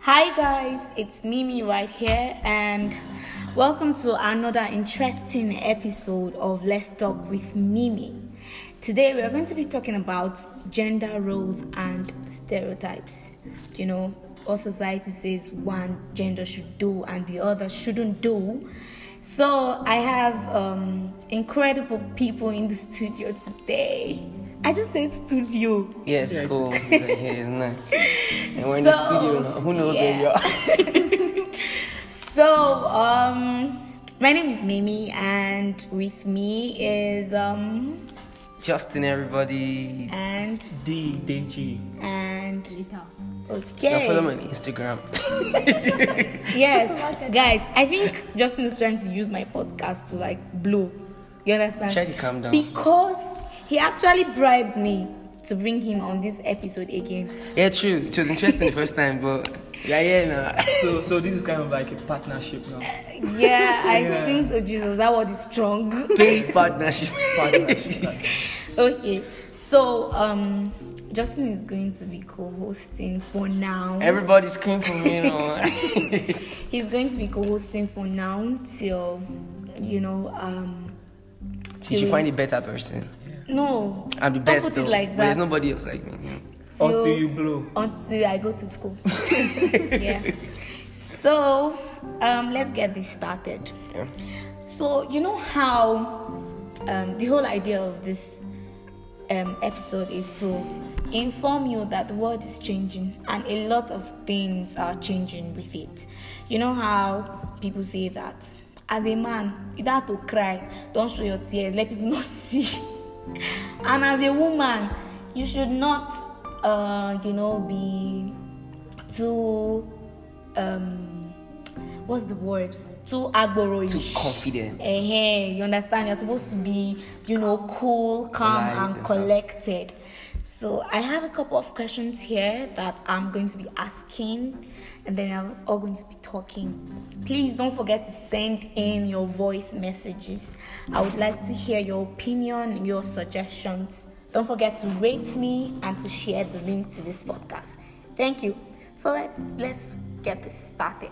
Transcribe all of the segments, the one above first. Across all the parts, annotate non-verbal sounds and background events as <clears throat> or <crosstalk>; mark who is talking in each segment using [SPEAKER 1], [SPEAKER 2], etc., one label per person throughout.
[SPEAKER 1] Hi guys, it's Mimi right here, and welcome to another interesting episode of Let's Talk with Mimi. Today we are going to be talking about gender roles and stereotypes. You know, our society says one gender should do and the other shouldn't do. So I have um, incredible people in the studio today. I just said studio.
[SPEAKER 2] Yeah, it's
[SPEAKER 3] Yeah, it
[SPEAKER 2] cool. yeah, it's
[SPEAKER 3] <laughs>
[SPEAKER 2] nice. And we're in the
[SPEAKER 1] So,
[SPEAKER 2] studio now. Who knows where
[SPEAKER 1] yeah.
[SPEAKER 2] we are? <laughs>
[SPEAKER 1] <laughs> So, um, my name is Mimi, and with me is um,
[SPEAKER 2] Justin, everybody.
[SPEAKER 1] and
[SPEAKER 3] D D G.
[SPEAKER 1] and
[SPEAKER 2] Now follow
[SPEAKER 1] okay,
[SPEAKER 2] me on Instagram.
[SPEAKER 1] yes, guys. I think Justin is trying to use my podcast to like blow. You understand?
[SPEAKER 2] Try to calm down.
[SPEAKER 1] Because he actually bribed me to bring him on this episode again.
[SPEAKER 2] yeah, true. It was interesting the first time, but yeah, yeah, nah.
[SPEAKER 3] <laughs> So so this is kind of like a partnership now.
[SPEAKER 1] Yeah, I
[SPEAKER 3] Yeah.
[SPEAKER 1] think so. Jesus, that word is strong.
[SPEAKER 2] Paid partnership. <laughs>
[SPEAKER 3] Partnership. like,
[SPEAKER 1] okay, so um, Justin is going to be co-hosting for now.
[SPEAKER 2] Everybody scream for me, you
[SPEAKER 3] <laughs>
[SPEAKER 2] know.
[SPEAKER 1] He's going to be co-hosting for now till, you know, um.
[SPEAKER 2] you should find a better person.
[SPEAKER 1] No.
[SPEAKER 2] I'm the
[SPEAKER 1] don't
[SPEAKER 2] best,
[SPEAKER 1] put
[SPEAKER 2] though.
[SPEAKER 1] it like
[SPEAKER 2] but
[SPEAKER 1] that.
[SPEAKER 2] there's nobody else like me.
[SPEAKER 1] till-
[SPEAKER 3] until you blow.
[SPEAKER 1] Until I go to
[SPEAKER 2] <laughs>
[SPEAKER 1] school. <laughs> yeah. So, um, let's get this started.
[SPEAKER 2] Yeah.
[SPEAKER 1] So you know how um, the whole idea of this um, episode is to inform you that the world is changing and a lot of things are changing with it. You know how people say that as a man you don't have to cry, don't show your tears, let people <laughs> not see. and as a woman you should not, uh, you know, be too. Um, what's the word? Too agboroish.
[SPEAKER 2] Too confident.
[SPEAKER 1] Eh, you understand? You're supposed to be, you know, cool, calm,
[SPEAKER 2] Polite
[SPEAKER 1] and
[SPEAKER 2] and stuff.
[SPEAKER 1] collected. So I have a couple of questions here that I'm going to be asking, and then I'm all going to be talking. Please don't forget to send in your voice messages. I would like to hear your opinion, your suggestions. Don't forget to rate me and to share the link to this podcast. Thank you. So let, let's get this started.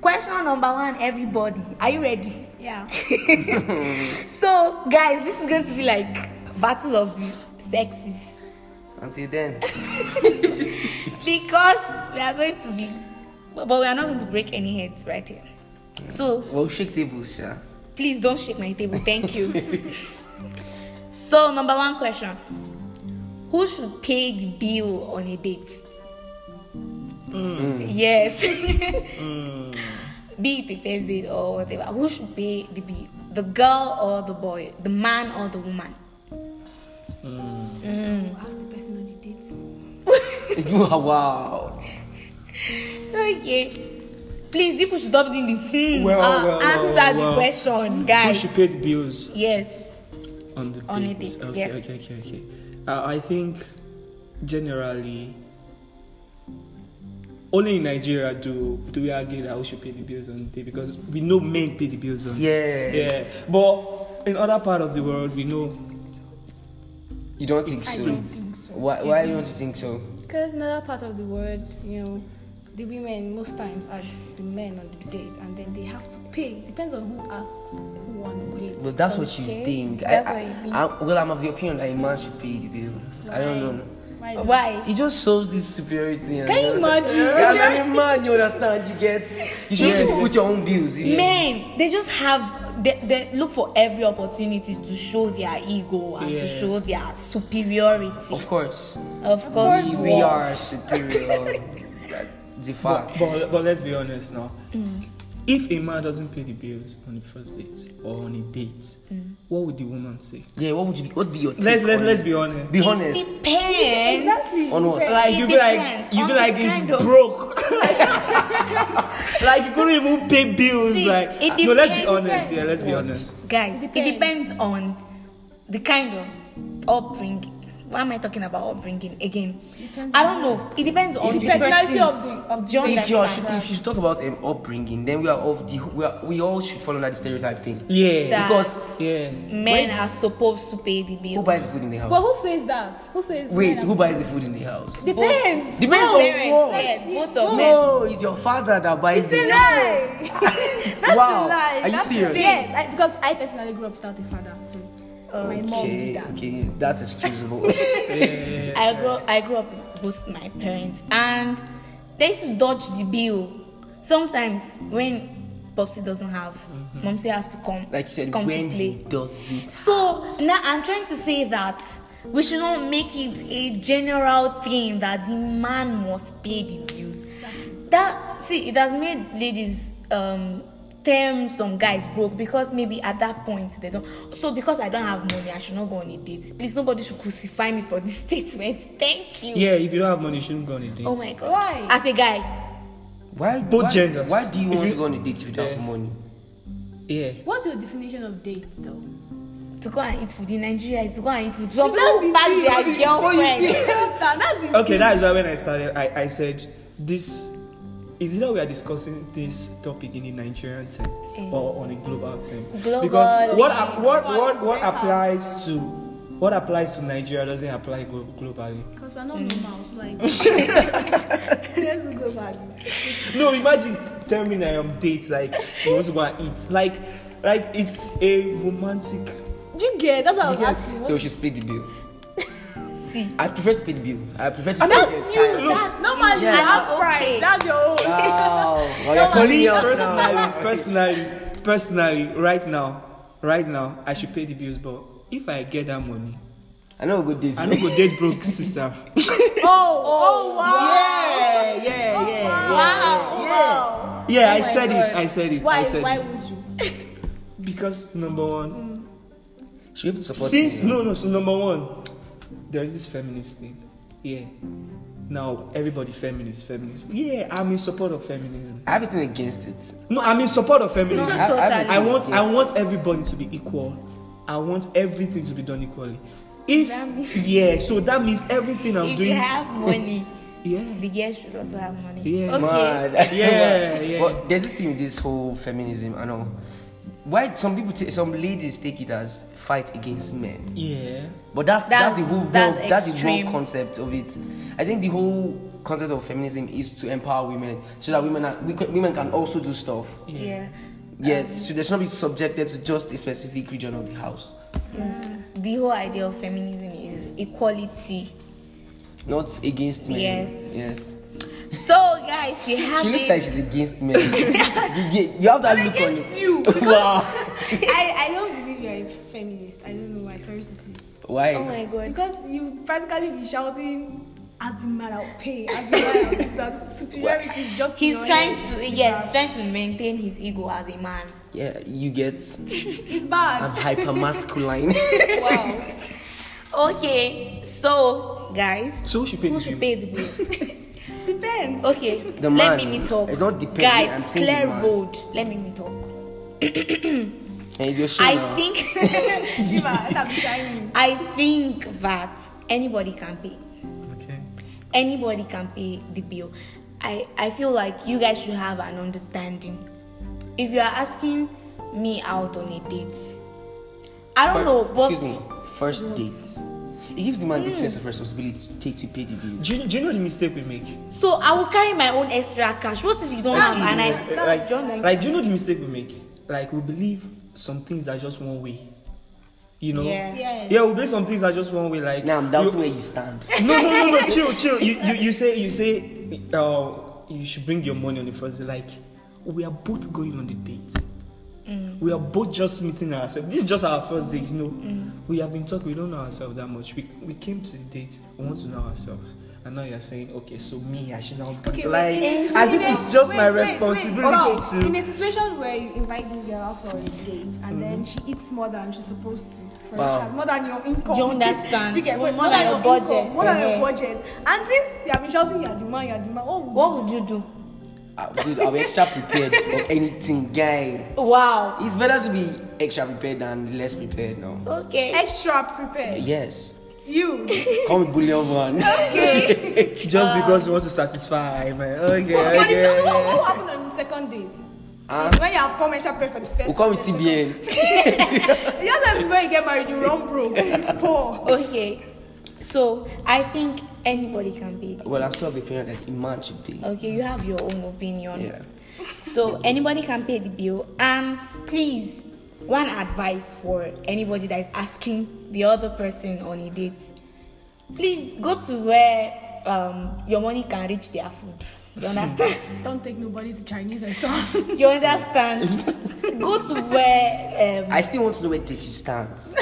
[SPEAKER 1] Question number one, everybody. Are you ready?
[SPEAKER 4] Yeah.
[SPEAKER 1] <laughs> So, guys, this is going to be like battle of the sexes
[SPEAKER 2] Until
[SPEAKER 3] <laughs>
[SPEAKER 2] then,
[SPEAKER 1] because we are going to be, but but we are not going to break any heads right here. So,
[SPEAKER 2] we'll shake tables,
[SPEAKER 3] <laughs>
[SPEAKER 2] yeah.
[SPEAKER 1] please don't shake my table. Thank you. so, number one question: Who should pay the bill on a date?
[SPEAKER 3] Hmm.
[SPEAKER 1] Yes. <laughs> Be it the first date or whatever. Who should pay the bill? The girl or the boy? The man or the woman?
[SPEAKER 4] Ask the person on the date.
[SPEAKER 2] wow.
[SPEAKER 1] Okay. Please, people should stop doing the hmm.
[SPEAKER 3] Well,
[SPEAKER 1] uh,
[SPEAKER 3] well, well,
[SPEAKER 1] answer the
[SPEAKER 3] well.
[SPEAKER 1] question,
[SPEAKER 3] Who
[SPEAKER 1] guys.
[SPEAKER 3] should pay the bills
[SPEAKER 1] Yes.
[SPEAKER 3] on the
[SPEAKER 1] On the
[SPEAKER 3] dates?
[SPEAKER 1] dates,
[SPEAKER 3] okay,
[SPEAKER 1] yes.
[SPEAKER 3] okay, okay, okay. Uh, I think generally only in Nigeria do do we argue that we should pay the bills on the day because we know men pay the bills on
[SPEAKER 2] Yeah.
[SPEAKER 3] Yeah. But in other part of the world we know
[SPEAKER 2] You don't think
[SPEAKER 4] I
[SPEAKER 2] so?
[SPEAKER 4] don't think so.
[SPEAKER 2] Why, why don't you think so?
[SPEAKER 4] Because another part of the world, you know, the women most times ask the men on the date and then they have to pay. Depends on who asks who on the date.
[SPEAKER 2] Well, that's what you
[SPEAKER 4] Okay?
[SPEAKER 2] think.
[SPEAKER 4] That's
[SPEAKER 2] I,
[SPEAKER 4] what you think.
[SPEAKER 2] I, I, well, I'm of the opinion that a man should pay the bill. I don't know.
[SPEAKER 4] Why? not?
[SPEAKER 1] Why?
[SPEAKER 2] It just shows this superiority. and-
[SPEAKER 4] Can you imagine?
[SPEAKER 2] Yeah, As a man, you understand. You get. You should
[SPEAKER 3] Yeah.
[SPEAKER 2] be able to put your own bills. You know?
[SPEAKER 1] Men, they just have they, they look for every opportunity to show their ego and to
[SPEAKER 3] Yeah.
[SPEAKER 1] show their superiority.
[SPEAKER 2] Of course,
[SPEAKER 1] Of course,
[SPEAKER 2] we,
[SPEAKER 1] it
[SPEAKER 2] we are
[SPEAKER 1] was.
[SPEAKER 2] superior. the
[SPEAKER 3] But,
[SPEAKER 2] fact.
[SPEAKER 3] but, but let's be honest now.
[SPEAKER 1] Mm.
[SPEAKER 3] If a man doesn't pay the bills on the first date or on a date,
[SPEAKER 1] Mm.
[SPEAKER 3] what would the woman say?
[SPEAKER 2] yeah, what would you? Be, what would be your? Take
[SPEAKER 3] Let, let,
[SPEAKER 2] on
[SPEAKER 3] let's
[SPEAKER 2] it?
[SPEAKER 3] be honest.
[SPEAKER 2] Be honest.
[SPEAKER 1] It depends.
[SPEAKER 4] Exactly.
[SPEAKER 2] On what?
[SPEAKER 3] Like
[SPEAKER 1] It
[SPEAKER 3] you be like
[SPEAKER 1] depends
[SPEAKER 3] you
[SPEAKER 1] on
[SPEAKER 3] be
[SPEAKER 1] the
[SPEAKER 3] like it's
[SPEAKER 1] kind of-
[SPEAKER 3] broke. like you couldn't even pay bills.
[SPEAKER 1] See,
[SPEAKER 3] like
[SPEAKER 1] it
[SPEAKER 3] no, let's be
[SPEAKER 1] depends.
[SPEAKER 3] honest. Yeah, let's be honest.
[SPEAKER 1] Guys, it
[SPEAKER 4] Depends.
[SPEAKER 1] depends on the kind of upbringing why am I talking about upbringing again?
[SPEAKER 4] Depends
[SPEAKER 1] I don't know. It depends on
[SPEAKER 2] If
[SPEAKER 1] the
[SPEAKER 2] the
[SPEAKER 4] personality
[SPEAKER 1] person.
[SPEAKER 4] of the- of the
[SPEAKER 1] Do you
[SPEAKER 2] If you, are,
[SPEAKER 1] understand?
[SPEAKER 2] if you talk about um, upbringing, then we are of the we, are, we all should follow that stereotype thing.
[SPEAKER 3] Yeah.
[SPEAKER 1] That-
[SPEAKER 2] Because
[SPEAKER 3] Yeah.
[SPEAKER 1] men are supposed to pay the bill.
[SPEAKER 2] who buys the food in the house?
[SPEAKER 4] But who says that? Who says
[SPEAKER 2] Wait,
[SPEAKER 4] men are-
[SPEAKER 2] who buys the food in the house?
[SPEAKER 4] Depends.
[SPEAKER 2] The men
[SPEAKER 1] Both
[SPEAKER 2] from
[SPEAKER 1] parents,
[SPEAKER 2] what?
[SPEAKER 1] yes, both of them.
[SPEAKER 2] No, it's your father that buys
[SPEAKER 4] It's
[SPEAKER 2] the
[SPEAKER 4] a lie. That's
[SPEAKER 2] Wow.
[SPEAKER 4] a lie.
[SPEAKER 2] Are you
[SPEAKER 4] That's a-
[SPEAKER 2] serious?
[SPEAKER 4] Yes, I, because I personally grew up without a father, so my mom did
[SPEAKER 2] Okay,
[SPEAKER 4] that.
[SPEAKER 2] okay, that's
[SPEAKER 4] <laughs>
[SPEAKER 2] excusable.
[SPEAKER 3] Yeah.
[SPEAKER 1] I grew I grew up with both my parents and they used to dodge the bill. Sometimes when Popsy doesn't have, Momsy has to come.
[SPEAKER 2] like you said,
[SPEAKER 1] come to
[SPEAKER 2] when he
[SPEAKER 1] play.
[SPEAKER 2] does it.
[SPEAKER 1] So now I'm trying to say that we should not make it a general thing that the man must pay the bills. That see, it has made ladies um term some guys broke because maybe at that point they don't so because i don't have money i should not go on a date please nobody should crucify me for this <laughs> statement thank you
[SPEAKER 3] Yeah, if you don't have money, you shouldn't go on a date.
[SPEAKER 1] Oh my god.
[SPEAKER 4] Why?
[SPEAKER 1] As a guy,
[SPEAKER 2] Why?
[SPEAKER 3] Both
[SPEAKER 2] why,
[SPEAKER 3] genders.
[SPEAKER 2] Why do you
[SPEAKER 3] If
[SPEAKER 2] want
[SPEAKER 3] you-
[SPEAKER 2] to go on a date without
[SPEAKER 3] Yeah.
[SPEAKER 2] money?
[SPEAKER 3] Yeah.
[SPEAKER 4] What's your definition of date, though?
[SPEAKER 1] to go and eat food in Nigeria is to go and eat food. Some
[SPEAKER 4] that's
[SPEAKER 1] people
[SPEAKER 4] the
[SPEAKER 1] pack
[SPEAKER 4] thing.
[SPEAKER 1] their
[SPEAKER 4] <laughs> You
[SPEAKER 1] girlfriend.
[SPEAKER 4] understand? That's the
[SPEAKER 3] Okay, that is why when I started, I, I said this is either we are discussing this topic in a Nigerian term
[SPEAKER 1] Eh.
[SPEAKER 3] or on a global term.
[SPEAKER 1] Globally.
[SPEAKER 3] Because what ap- what
[SPEAKER 4] Global
[SPEAKER 3] what,
[SPEAKER 4] is
[SPEAKER 3] what
[SPEAKER 4] better.
[SPEAKER 3] applies to what applies to Nigeria doesn't apply glo- globally.
[SPEAKER 4] Because we're not
[SPEAKER 1] Mm.
[SPEAKER 4] normal, so
[SPEAKER 1] <laughs>
[SPEAKER 4] like. <laughs> Let's go back.
[SPEAKER 3] No, imagine tell me that I'm date like you want to go and eat like like it's a romantic.
[SPEAKER 4] Do you get? That's what I was
[SPEAKER 3] You get-
[SPEAKER 4] asking.
[SPEAKER 2] So we should split the
[SPEAKER 4] <laughs>
[SPEAKER 2] bill.
[SPEAKER 1] See.
[SPEAKER 2] I prefer to pay the bill. I prefer to
[SPEAKER 3] I
[SPEAKER 2] pay
[SPEAKER 3] mean,
[SPEAKER 2] the
[SPEAKER 4] That's
[SPEAKER 2] bill.
[SPEAKER 4] you.
[SPEAKER 3] Look.
[SPEAKER 1] That's
[SPEAKER 4] Normally,
[SPEAKER 1] you.
[SPEAKER 4] you
[SPEAKER 1] Yeah.
[SPEAKER 4] have pride.
[SPEAKER 1] Okay.
[SPEAKER 4] That's your own.
[SPEAKER 2] Wow. Well,
[SPEAKER 3] <laughs>
[SPEAKER 4] No,
[SPEAKER 2] you're
[SPEAKER 4] I
[SPEAKER 2] calling
[SPEAKER 3] Me
[SPEAKER 2] me out
[SPEAKER 3] personally,
[SPEAKER 2] now.
[SPEAKER 3] personally, personally, right now, right now, I should pay the bills. But if I get that money,
[SPEAKER 2] I know a good date.
[SPEAKER 3] I no go date broke, sister.
[SPEAKER 4] <laughs> Oh, oh, wow.
[SPEAKER 2] Yeah, yeah, yeah. yeah.
[SPEAKER 1] Wow.
[SPEAKER 4] Oh, wow.
[SPEAKER 3] Yeah,
[SPEAKER 1] Oh
[SPEAKER 3] I
[SPEAKER 1] my
[SPEAKER 3] said it.
[SPEAKER 1] God.
[SPEAKER 3] I said it. I
[SPEAKER 4] Why,
[SPEAKER 3] said
[SPEAKER 4] why
[SPEAKER 3] it.
[SPEAKER 4] would you?
[SPEAKER 3] Because number one,
[SPEAKER 2] Should be able to support
[SPEAKER 3] since
[SPEAKER 2] me.
[SPEAKER 3] no, no, so number one, there is this feminist thing. Yeah. Now everybody feminist, feminist. Yeah, I'm in support of feminism.
[SPEAKER 2] I have nothing against it.
[SPEAKER 3] No, I'm in support of
[SPEAKER 1] No,
[SPEAKER 3] feminism.
[SPEAKER 2] I- I have
[SPEAKER 1] totally.
[SPEAKER 3] I
[SPEAKER 2] nothing
[SPEAKER 3] want, I
[SPEAKER 2] against
[SPEAKER 3] want everybody to be equal. I want everything to be done equally. If
[SPEAKER 1] That means-
[SPEAKER 3] <laughs> yeah, so that means everything I'm
[SPEAKER 1] If
[SPEAKER 3] doing.
[SPEAKER 1] you have money,
[SPEAKER 3] <laughs> yeah.
[SPEAKER 1] the girl should also have money.
[SPEAKER 3] Yeah.
[SPEAKER 1] Okay.
[SPEAKER 2] <laughs> Mad.
[SPEAKER 3] Yeah, yeah.
[SPEAKER 2] But there's this thing with this whole feminism and all. Why some people, ta- some ladies take it as fight against men.
[SPEAKER 3] Yeah.
[SPEAKER 2] But that's that's, the
[SPEAKER 1] That's-
[SPEAKER 2] whole
[SPEAKER 1] that's
[SPEAKER 2] that's, that's the
[SPEAKER 1] extreme.
[SPEAKER 2] whole concept of it. I think the whole concept of feminism is to empower women so that women are, we, can- women can also do stuff.
[SPEAKER 1] Yeah.
[SPEAKER 2] Yet so they should not be subjected to just a specific region of the house.
[SPEAKER 1] It's- The whole idea of feminism is equality.
[SPEAKER 2] Not against men.
[SPEAKER 1] Yes.
[SPEAKER 2] Yes.
[SPEAKER 1] So guys, you have
[SPEAKER 2] She looks
[SPEAKER 1] it.
[SPEAKER 2] like she's against
[SPEAKER 1] <laughs>
[SPEAKER 2] men. you, get, you have that
[SPEAKER 4] I'm
[SPEAKER 2] look on
[SPEAKER 4] against
[SPEAKER 2] it. <laughs>
[SPEAKER 4] you, because-
[SPEAKER 1] <laughs>
[SPEAKER 2] wow.
[SPEAKER 4] <laughs> I, I don't believe you're a feminist. I don't know why. Sorry to say.
[SPEAKER 2] Why?
[SPEAKER 1] oh my god.
[SPEAKER 4] Because you practically be shouting, as the man I'll pay, as the man I'll pay, that superiority is just. in
[SPEAKER 1] He's
[SPEAKER 4] your
[SPEAKER 1] trying
[SPEAKER 4] head.
[SPEAKER 1] to yes, he's trying to maintain his ego as a man.
[SPEAKER 3] <laughs>
[SPEAKER 2] yeah, you get.
[SPEAKER 4] It's
[SPEAKER 2] I'm
[SPEAKER 4] bad.
[SPEAKER 2] hyper <laughs> masculine.
[SPEAKER 1] Wow. <laughs> okay. So guys,
[SPEAKER 3] So who should pay
[SPEAKER 1] who
[SPEAKER 3] the
[SPEAKER 1] should
[SPEAKER 3] bill?
[SPEAKER 1] pay the bill?
[SPEAKER 3] <laughs>
[SPEAKER 4] Depends.
[SPEAKER 1] Okay,
[SPEAKER 2] The
[SPEAKER 1] let
[SPEAKER 2] man.
[SPEAKER 1] me me talk.
[SPEAKER 2] It's not depending, I'm
[SPEAKER 1] Guys,
[SPEAKER 2] saying the
[SPEAKER 1] clear
[SPEAKER 2] man.
[SPEAKER 1] road. Let me me talk.
[SPEAKER 2] and it's your show
[SPEAKER 1] I
[SPEAKER 2] now.
[SPEAKER 1] think <laughs>
[SPEAKER 4] Give her. That'll be shining.
[SPEAKER 1] I think that anybody can pay.
[SPEAKER 3] Okay.
[SPEAKER 1] Anybody can pay the bill. I, I feel like you guys should have an understanding. If you are asking me out on a date, I don't
[SPEAKER 2] Fir-
[SPEAKER 1] know, but Mm.
[SPEAKER 2] excuse me. First date. It gives the man this sense of responsibility to take to pay the bill.
[SPEAKER 3] Do you, do you know the mistake we make?
[SPEAKER 1] so I will carry my own extra cash. What if you don't have and I
[SPEAKER 3] Uh, like,
[SPEAKER 1] don't like-
[SPEAKER 3] like, do you know the mistake we make? Like, we believe some things are just one way. You know?
[SPEAKER 1] Yeah.
[SPEAKER 4] Yes.
[SPEAKER 3] Yeah, we believe some things are just one way. Like,
[SPEAKER 2] Now I'm doubting
[SPEAKER 3] you-
[SPEAKER 2] where you stand.
[SPEAKER 3] No, no, no, no. chill, chill. You, you, you say, you say, uh, you should bring your money on the first day. Like, we are both going on the date.
[SPEAKER 4] Mm.
[SPEAKER 3] We are both just meeting ourselves. This is just our first date, you know.
[SPEAKER 4] Mm.
[SPEAKER 3] We have been talking. We don't know ourselves that much. We, we came to the date. We want to know ourselves. And now you're saying, okay, so me, I should now be
[SPEAKER 4] Okay,
[SPEAKER 3] like,
[SPEAKER 4] but in a-
[SPEAKER 3] as if
[SPEAKER 4] in a-
[SPEAKER 3] it's just my
[SPEAKER 4] wait, wait, wait,
[SPEAKER 3] responsibility
[SPEAKER 4] hold on.
[SPEAKER 3] to.
[SPEAKER 4] In a situation where you invite this girl out for a date and
[SPEAKER 3] Mm-hmm.
[SPEAKER 4] then she eats more than she's supposed to, for
[SPEAKER 2] Wow.
[SPEAKER 4] instance, more than your income.
[SPEAKER 1] You
[SPEAKER 4] <laughs>
[SPEAKER 1] understand.
[SPEAKER 4] you get
[SPEAKER 1] More
[SPEAKER 4] more,
[SPEAKER 1] than
[SPEAKER 4] than
[SPEAKER 1] your
[SPEAKER 4] your
[SPEAKER 1] budget.
[SPEAKER 4] Income, more than
[SPEAKER 1] Yeah.
[SPEAKER 4] your budget. Uh-huh. And since you have been shouting, you're the man, you're the man. Oh,
[SPEAKER 1] what would you do?
[SPEAKER 2] Uh, Dude, I'm extra prepared for anything, guy.
[SPEAKER 1] Wow.
[SPEAKER 2] It's better to be extra prepared than less prepared now.
[SPEAKER 1] Okay.
[SPEAKER 4] extra prepared.
[SPEAKER 2] Yes.
[SPEAKER 3] <laughs>
[SPEAKER 4] You.
[SPEAKER 2] Call me bullion one.
[SPEAKER 1] Okay.
[SPEAKER 3] Just because you want to satisfy, man. Okay,
[SPEAKER 4] Uh, What, is,
[SPEAKER 3] okay.
[SPEAKER 4] what, what happened on the second date?
[SPEAKER 2] Ah.
[SPEAKER 4] When you have come and prayed for the first
[SPEAKER 2] We call me
[SPEAKER 4] time,
[SPEAKER 2] CBN.
[SPEAKER 4] You know that when you get married, you run broke. <laughs> You poor.
[SPEAKER 1] okay. So I think anybody can be.
[SPEAKER 2] Well, I'm still of the opinion that a man should be.
[SPEAKER 1] Okay, you have your own opinion.
[SPEAKER 2] Yeah.
[SPEAKER 1] So anybody can pay the bill. And please, one advice for anybody that is asking the other person on a date. Please go to where um, your money can reach their food. You
[SPEAKER 2] <laughs>
[SPEAKER 1] understand?
[SPEAKER 4] Don't take nobody to Chinese restaurant.
[SPEAKER 1] you understand? go to where um,
[SPEAKER 2] I still want to know where Deji stands.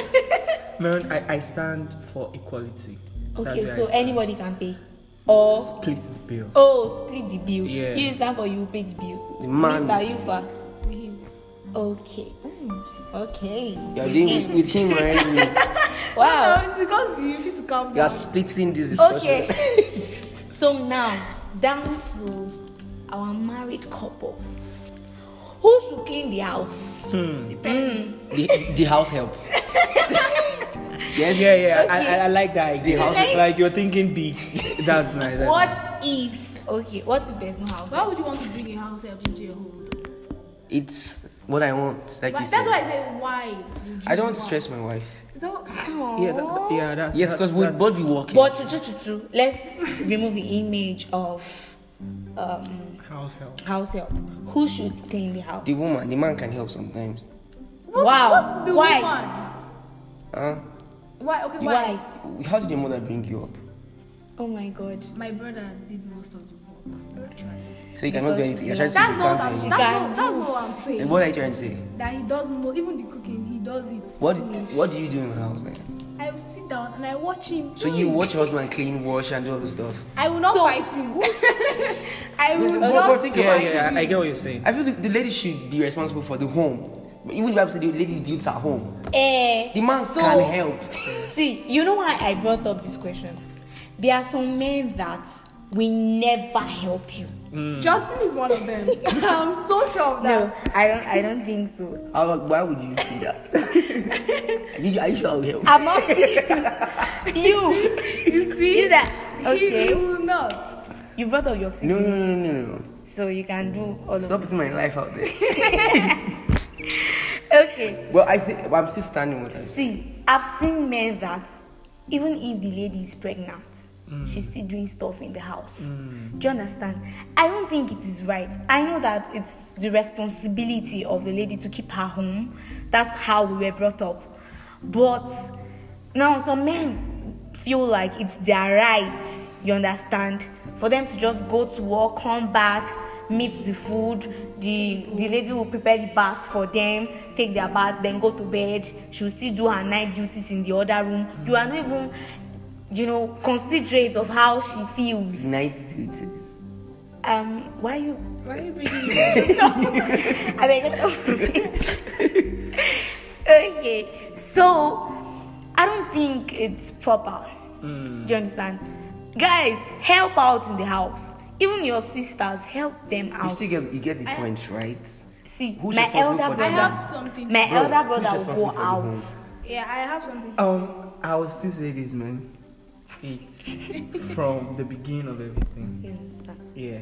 [SPEAKER 3] Man, I, I stand for equality. That's
[SPEAKER 1] Okay,
[SPEAKER 3] where I
[SPEAKER 1] so
[SPEAKER 3] stand.
[SPEAKER 1] anybody can pay. Or
[SPEAKER 3] split the bill.
[SPEAKER 1] oh, split the bill.
[SPEAKER 3] Yeah.
[SPEAKER 1] You stand for you pay the bill.
[SPEAKER 2] The man
[SPEAKER 1] Me,
[SPEAKER 2] is-
[SPEAKER 1] you for. Okay. Mm, Okay.
[SPEAKER 2] You're dealing with, with him
[SPEAKER 4] <laughs>
[SPEAKER 2] right
[SPEAKER 1] Wow.
[SPEAKER 4] <laughs> No, it's because you refuse to come
[SPEAKER 2] You're
[SPEAKER 4] down.
[SPEAKER 2] splitting this discussion.
[SPEAKER 1] Okay. so now down to our married couples. Who should clean the house?
[SPEAKER 2] The, the house
[SPEAKER 4] <laughs>
[SPEAKER 2] help. yes.
[SPEAKER 3] Yeah, yeah, I-
[SPEAKER 1] Okay.
[SPEAKER 3] I, I, like that idea.
[SPEAKER 2] The house-
[SPEAKER 3] like, you're thinking big. <laughs> That's nice. that's
[SPEAKER 1] What if? Okay. What if there's no house?
[SPEAKER 4] Why would you want to bring your house help into your home?
[SPEAKER 2] It's what I want. Like
[SPEAKER 4] Why,
[SPEAKER 2] you
[SPEAKER 4] that's
[SPEAKER 2] said.
[SPEAKER 4] why I said why. would you
[SPEAKER 2] I don't want to
[SPEAKER 4] want-
[SPEAKER 2] stress my wife.
[SPEAKER 4] So,
[SPEAKER 3] Yeah, that, yeah, that's
[SPEAKER 2] Yes,
[SPEAKER 3] that's-
[SPEAKER 2] because we'll
[SPEAKER 3] that's-
[SPEAKER 2] both be working.
[SPEAKER 1] But true, true, true, true. Let's remove the image of um,
[SPEAKER 3] house help.
[SPEAKER 1] house help. Who should clean the house?
[SPEAKER 2] the woman, the man can help sometimes.
[SPEAKER 4] what,
[SPEAKER 1] Wow.
[SPEAKER 4] What's the
[SPEAKER 1] Why?
[SPEAKER 4] woman?
[SPEAKER 2] Huh?
[SPEAKER 4] Why? Okay, why?
[SPEAKER 1] Why?
[SPEAKER 2] How did your mother bring you up?
[SPEAKER 1] Oh my God.
[SPEAKER 4] My brother did most of the work.
[SPEAKER 2] So you cannot do anything. You're trying to say
[SPEAKER 4] That's
[SPEAKER 2] you
[SPEAKER 4] not,
[SPEAKER 2] can't
[SPEAKER 4] that's,
[SPEAKER 2] do
[SPEAKER 4] that's,
[SPEAKER 2] anything.
[SPEAKER 4] not, that's not what I'm
[SPEAKER 2] Then
[SPEAKER 4] saying.
[SPEAKER 2] What are you trying to say?
[SPEAKER 4] That he does more, even the cooking, he does it.
[SPEAKER 2] What What do you do in the house then?
[SPEAKER 4] I will sit down and I watch him.
[SPEAKER 2] So
[SPEAKER 4] do
[SPEAKER 2] you
[SPEAKER 4] it.
[SPEAKER 2] watch your husband clean, wash, and do all the stuff.
[SPEAKER 4] I will not
[SPEAKER 1] So-
[SPEAKER 4] fight him. I
[SPEAKER 2] but-
[SPEAKER 4] will not
[SPEAKER 2] but think
[SPEAKER 4] fight
[SPEAKER 3] Yeah,
[SPEAKER 2] about
[SPEAKER 4] him.
[SPEAKER 2] it.
[SPEAKER 3] yeah, I, I get what you're saying.
[SPEAKER 2] I feel the, the lady should be responsible for the home. But even the Bible said the lady builds her home.
[SPEAKER 1] Eh,
[SPEAKER 2] The man
[SPEAKER 1] so-
[SPEAKER 2] can help.
[SPEAKER 1] <laughs> See, you know why I brought up this question? There are some men that will never help you.
[SPEAKER 2] Mm.
[SPEAKER 4] Justin is one of them. I'm so sure of that.
[SPEAKER 1] No, I don't. I don't think so.
[SPEAKER 2] How, why would you do that? <laughs> Did you, are you sure I'll help?
[SPEAKER 1] I'm <laughs> not you.
[SPEAKER 4] You see?
[SPEAKER 1] You that
[SPEAKER 4] He
[SPEAKER 1] okay?
[SPEAKER 4] will not.
[SPEAKER 1] You brought up your
[SPEAKER 2] No,
[SPEAKER 1] siblings,
[SPEAKER 2] no, no, no, no.
[SPEAKER 1] so you can do all of
[SPEAKER 2] Stop
[SPEAKER 1] it.
[SPEAKER 2] putting my life out there.
[SPEAKER 1] Okay.
[SPEAKER 2] well, I think I'm still standing with her.
[SPEAKER 1] See, I've seen men that even if the lady is pregnant, she's still doing stuff in the house. Do you understand? I don't think it is right. I know that it's the responsibility of the lady to keep her home. That's how we were brought up. But now some men feel like it's their right, you understand, for them to just go to work, come back, meet the food the the lady will prepare the bath for them take their bath then go to bed she will still do her night duties in the other room you are not even you know considerate of how she feels
[SPEAKER 2] Night duties.
[SPEAKER 1] um why you
[SPEAKER 4] Why are
[SPEAKER 1] <laughs>
[SPEAKER 4] you bringing him?
[SPEAKER 1] i beg <laughs> okay so i don't think it's proper
[SPEAKER 2] Hmm.
[SPEAKER 1] do you understand guys help out in the house even your sisters help them
[SPEAKER 2] You
[SPEAKER 1] out
[SPEAKER 2] still get you get the point, right?
[SPEAKER 1] See,
[SPEAKER 2] Who's
[SPEAKER 1] my
[SPEAKER 2] responsible
[SPEAKER 1] elder
[SPEAKER 2] for
[SPEAKER 1] brother,
[SPEAKER 4] I
[SPEAKER 2] them?
[SPEAKER 4] have something.
[SPEAKER 1] my
[SPEAKER 4] to-
[SPEAKER 2] Bro,
[SPEAKER 1] elder
[SPEAKER 2] who's
[SPEAKER 1] brother
[SPEAKER 2] responsible
[SPEAKER 1] will
[SPEAKER 2] for
[SPEAKER 1] go
[SPEAKER 2] the
[SPEAKER 1] out.
[SPEAKER 2] home?
[SPEAKER 4] Yeah, I have something. to-
[SPEAKER 3] Um, I will still say this, man.
[SPEAKER 1] <laughs>
[SPEAKER 3] It's from the beginning of everything.
[SPEAKER 1] You understand?
[SPEAKER 3] Yeah.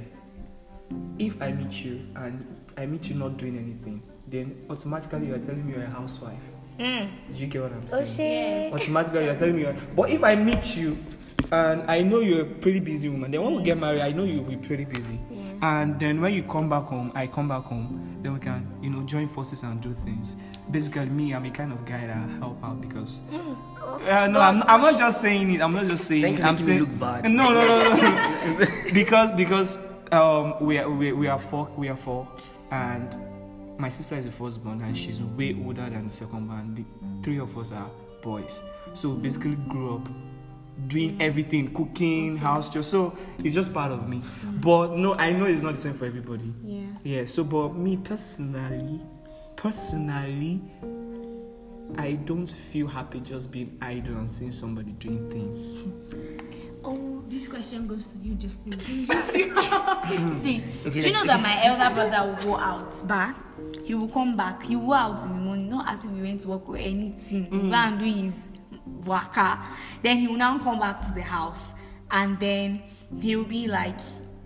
[SPEAKER 3] If I meet you and I meet you not doing anything, then automatically you are telling me you're a housewife.
[SPEAKER 1] Mm.
[SPEAKER 3] Do you get what I'm saying?
[SPEAKER 1] Oh shit.
[SPEAKER 3] automatically you're telling me you're, but if i meet you and i know you're a pretty busy woman then when we get married i know you'll be pretty busy and then when you come back home i come back home then we can you know join forces and do things basically me i'm a kind of guy that help out because uh, no I'm, I'm not just saying it i'm not just saying
[SPEAKER 2] Thank
[SPEAKER 3] it
[SPEAKER 2] you,
[SPEAKER 3] i'm
[SPEAKER 2] making me
[SPEAKER 3] saying
[SPEAKER 2] look bad.
[SPEAKER 3] no no no, no. because because um we are we, we are four we are four and my sister is the firstborn and she's way older than the secondborn. The three of us are boys, so we basically grew up doing everything, cooking, house chores. So it's just part of me. But no, I know it's not the same for everybody.
[SPEAKER 4] Yeah.
[SPEAKER 3] Yeah. So, but me personally, personally, I don't feel happy just being idle and seeing somebody doing things.
[SPEAKER 4] Oh, this question goes to you, Justin.
[SPEAKER 1] <laughs> See, do you know that my elder brother will go out back? He
[SPEAKER 3] Mm.
[SPEAKER 1] will come back. He will go out in the morning, not as if he went to work or anything. He will Go and do his waka. Then he will now come back to the house and then he'll be like,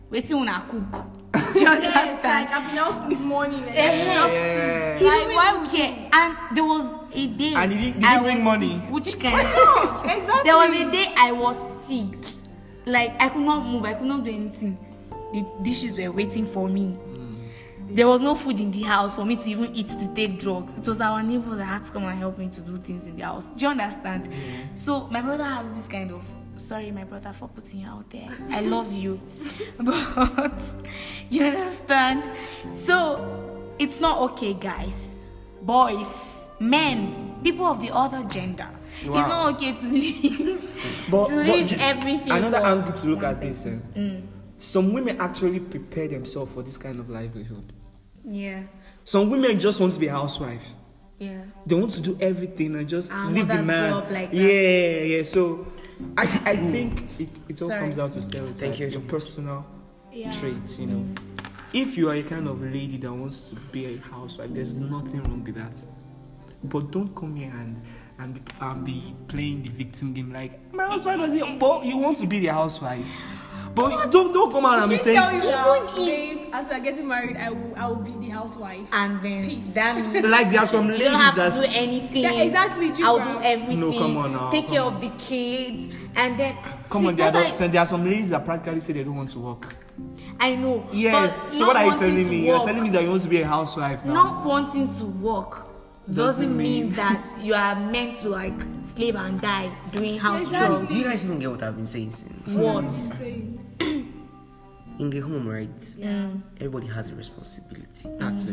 [SPEAKER 1] waiting on a cook. <laughs> Do you
[SPEAKER 4] Yes,
[SPEAKER 1] understand?
[SPEAKER 4] like I've been out since morning. eh? and
[SPEAKER 1] Yeah.
[SPEAKER 4] it's not-
[SPEAKER 3] Yeah.
[SPEAKER 1] He
[SPEAKER 4] Like,
[SPEAKER 1] doesn't
[SPEAKER 4] why
[SPEAKER 1] even
[SPEAKER 4] would
[SPEAKER 1] care. And there was a day.
[SPEAKER 3] And did he- did he
[SPEAKER 1] I
[SPEAKER 3] bring
[SPEAKER 1] was
[SPEAKER 3] money?
[SPEAKER 1] sick, <laughs> Which can.
[SPEAKER 4] Exactly.
[SPEAKER 1] there was a day I was sick. Like I could not move. I could not do anything. The dishes were waiting for me. There was no food in the house for me to even eat to take drugs. It was our neighbor that had to come and help me to do things in the house. Do you understand? So my brother has this kind of sorry, my brother, for putting you out there. I love you. but you understand? So it's not okay, guys. Boys, men, people of the other gender. It's
[SPEAKER 2] Wow.
[SPEAKER 1] not okay to leave <laughs>
[SPEAKER 3] But,
[SPEAKER 1] to
[SPEAKER 3] but
[SPEAKER 1] leave
[SPEAKER 3] you-
[SPEAKER 1] everything. Mm.
[SPEAKER 3] Another
[SPEAKER 1] for-
[SPEAKER 3] angle to look at this. eh, Some women actually prepare themselves for this kind of livelihood.
[SPEAKER 1] Yeah,
[SPEAKER 3] Some women just want to be a housewife.
[SPEAKER 1] yeah.
[SPEAKER 3] They want to do everything and just
[SPEAKER 1] Our
[SPEAKER 3] leave the
[SPEAKER 1] mothers
[SPEAKER 3] man.
[SPEAKER 1] grew up like that.
[SPEAKER 3] yeah, yeah. So I, I think it, it all
[SPEAKER 1] Sorry.
[SPEAKER 3] comes down to stereotype.
[SPEAKER 2] Hmm. Thank you.
[SPEAKER 3] Your personal
[SPEAKER 4] Yeah.
[SPEAKER 3] traits, you know. If you are a kind of lady that wants to be a housewife, there's nothing wrong with that. But don't come here and and be, and be playing the victim game like my husband was here. But you want to be the housewife, but don't don't come out and be
[SPEAKER 4] She tell
[SPEAKER 3] saying
[SPEAKER 4] you now,
[SPEAKER 1] Even if-
[SPEAKER 4] babe, as we are getting married, I will, I will be the housewife.
[SPEAKER 1] And then
[SPEAKER 4] Peace.
[SPEAKER 1] that means
[SPEAKER 3] like there are some
[SPEAKER 1] you
[SPEAKER 3] ladies
[SPEAKER 1] don't have
[SPEAKER 3] that's
[SPEAKER 1] to do anything.
[SPEAKER 4] Yeah, exactly, Jibra.
[SPEAKER 1] I'll do everything.
[SPEAKER 3] No, come on now,
[SPEAKER 1] Take
[SPEAKER 3] come
[SPEAKER 1] care of the kids, and then
[SPEAKER 3] come
[SPEAKER 1] See,
[SPEAKER 3] on. There are,
[SPEAKER 1] that's why-
[SPEAKER 3] some- there are some ladies that practically say they don't want to work.
[SPEAKER 1] I know.
[SPEAKER 3] Yes.
[SPEAKER 1] But
[SPEAKER 3] so what
[SPEAKER 1] not
[SPEAKER 3] are you
[SPEAKER 1] wanting
[SPEAKER 3] telling
[SPEAKER 1] to
[SPEAKER 3] me? You're
[SPEAKER 1] work-
[SPEAKER 3] telling me that you want to be a housewife now.
[SPEAKER 1] not wanting to work doesn't,
[SPEAKER 3] Doesn't
[SPEAKER 1] mean,
[SPEAKER 3] mean-
[SPEAKER 1] that you are meant to like slave and die doing house
[SPEAKER 4] Exactly.
[SPEAKER 1] chores.
[SPEAKER 2] Do you guys even get what I've been saying since?
[SPEAKER 1] What?
[SPEAKER 4] Same.
[SPEAKER 2] In the home, right? Yeah. Everybody has a responsibility. That's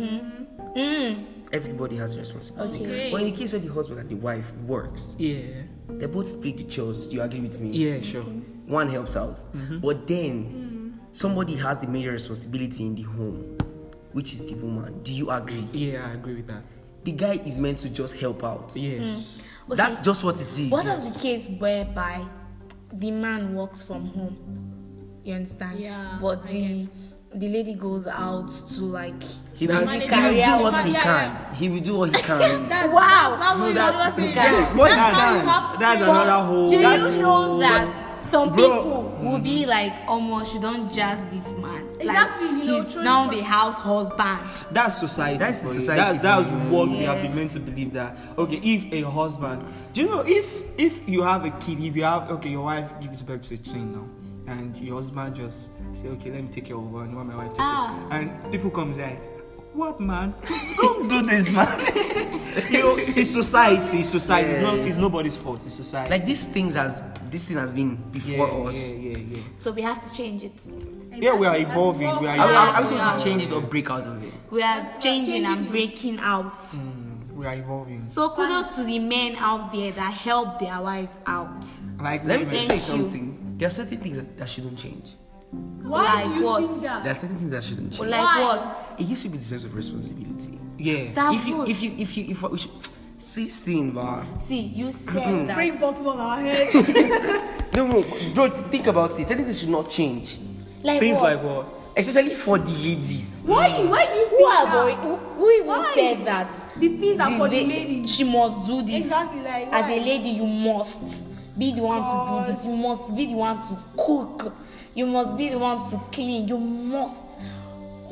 [SPEAKER 1] Mm.
[SPEAKER 2] it. Everybody has a responsibility.
[SPEAKER 1] Okay.
[SPEAKER 2] But in the case where the husband and the wife works,
[SPEAKER 3] Yeah.
[SPEAKER 2] they both split the chores. Do you agree with me?
[SPEAKER 3] Yeah. Mm-hmm. Sure.
[SPEAKER 2] One helps out. But then somebody has the major responsibility in the home, which is the woman. Do you agree?
[SPEAKER 3] Yeah, I agree with that.
[SPEAKER 2] The guy is meant to just help out.
[SPEAKER 3] Yes.
[SPEAKER 1] Okay.
[SPEAKER 2] That's just what it is.
[SPEAKER 1] What of the case whereby the man works from home? You understand?
[SPEAKER 4] Yeah,
[SPEAKER 1] But
[SPEAKER 4] I
[SPEAKER 1] the the lady goes out to like
[SPEAKER 2] He will,
[SPEAKER 1] Manage
[SPEAKER 2] he will
[SPEAKER 1] career.
[SPEAKER 2] do what he
[SPEAKER 4] Yeah,
[SPEAKER 2] can.
[SPEAKER 4] yeah.
[SPEAKER 2] He will do what he
[SPEAKER 4] <laughs>
[SPEAKER 2] can.
[SPEAKER 4] That's,
[SPEAKER 1] Wow.
[SPEAKER 4] That's what
[SPEAKER 1] No,
[SPEAKER 4] you
[SPEAKER 1] that's-
[SPEAKER 4] always say.
[SPEAKER 1] yes,
[SPEAKER 3] more
[SPEAKER 4] That's
[SPEAKER 3] than
[SPEAKER 4] how you
[SPEAKER 3] that.
[SPEAKER 4] have to
[SPEAKER 3] That's
[SPEAKER 4] say.
[SPEAKER 3] another
[SPEAKER 1] But
[SPEAKER 3] whole-
[SPEAKER 1] Do you
[SPEAKER 3] that's
[SPEAKER 1] know that some
[SPEAKER 3] Bro.
[SPEAKER 1] people will be like, almost she don't just this man.
[SPEAKER 4] Exactly,
[SPEAKER 1] Like,
[SPEAKER 4] you know,
[SPEAKER 1] he's
[SPEAKER 4] truly.
[SPEAKER 1] now the house husband.
[SPEAKER 3] That's society.
[SPEAKER 2] That's the
[SPEAKER 3] for you.
[SPEAKER 2] society
[SPEAKER 3] That's,
[SPEAKER 2] for
[SPEAKER 3] that's
[SPEAKER 2] you.
[SPEAKER 3] what we have
[SPEAKER 1] Yeah.
[SPEAKER 3] been meant to believe that. Okay, if a husband, do you know if if you have a kid, if you have okay, your wife gives birth to a twin now, and your husband just say, okay, let me take care of her, and want my wife to
[SPEAKER 1] Ah.
[SPEAKER 3] care, and people come and say, what man? Don't do this, man. <laughs> you know, it's society. It's society. It's
[SPEAKER 2] Yeah.
[SPEAKER 3] not. It's nobody's fault. It's society.
[SPEAKER 2] like these things has this thing has been
[SPEAKER 3] yeah,
[SPEAKER 2] before us.
[SPEAKER 3] yeah, yeah, yeah.
[SPEAKER 1] So we have to change it.
[SPEAKER 3] Yeah, we are
[SPEAKER 4] Exactly.
[SPEAKER 3] evolving, we are
[SPEAKER 4] That's
[SPEAKER 2] Are, we- are
[SPEAKER 1] Yeah.
[SPEAKER 2] we supposed
[SPEAKER 1] Yeah.
[SPEAKER 2] to change it or break out of it?
[SPEAKER 1] We are changing and
[SPEAKER 4] it.
[SPEAKER 1] breaking out.
[SPEAKER 3] Mm, we are evolving.
[SPEAKER 1] So kudos to the men out there that help their wives out.
[SPEAKER 3] Like
[SPEAKER 2] Let me tell
[SPEAKER 1] Thank
[SPEAKER 2] you
[SPEAKER 1] you.
[SPEAKER 2] something. There are certain things that, that shouldn't change.
[SPEAKER 4] Why do
[SPEAKER 1] Like
[SPEAKER 4] you
[SPEAKER 1] what?
[SPEAKER 4] think that?
[SPEAKER 2] There are certain things that shouldn't change.
[SPEAKER 1] Like
[SPEAKER 4] Why?
[SPEAKER 1] what?
[SPEAKER 2] It used to be the sense of responsibility.
[SPEAKER 3] Yeah.
[SPEAKER 1] That
[SPEAKER 2] if, you,
[SPEAKER 1] what?
[SPEAKER 2] if you if you if we should see thing, bah.
[SPEAKER 1] See, you
[SPEAKER 3] Hmm.
[SPEAKER 1] said that.
[SPEAKER 4] Break bottle on
[SPEAKER 1] <laughs>
[SPEAKER 4] our head.
[SPEAKER 2] No, no, bro, think about it. Certain things should not change,
[SPEAKER 1] Like
[SPEAKER 3] Things
[SPEAKER 1] what?
[SPEAKER 3] like what?
[SPEAKER 2] especially for the ladies.
[SPEAKER 4] why? Why do you
[SPEAKER 1] Who
[SPEAKER 4] think
[SPEAKER 1] are
[SPEAKER 4] that?
[SPEAKER 1] going? Who, who even
[SPEAKER 4] Why?
[SPEAKER 1] said that?
[SPEAKER 4] The things are
[SPEAKER 1] The
[SPEAKER 4] for the
[SPEAKER 1] la-
[SPEAKER 4] ladies.
[SPEAKER 1] She must do this.
[SPEAKER 4] Exactly, like,
[SPEAKER 1] as
[SPEAKER 4] why?
[SPEAKER 1] a lady, you must be the one to do this. You must be the one to cook. You must be the one to clean. You must.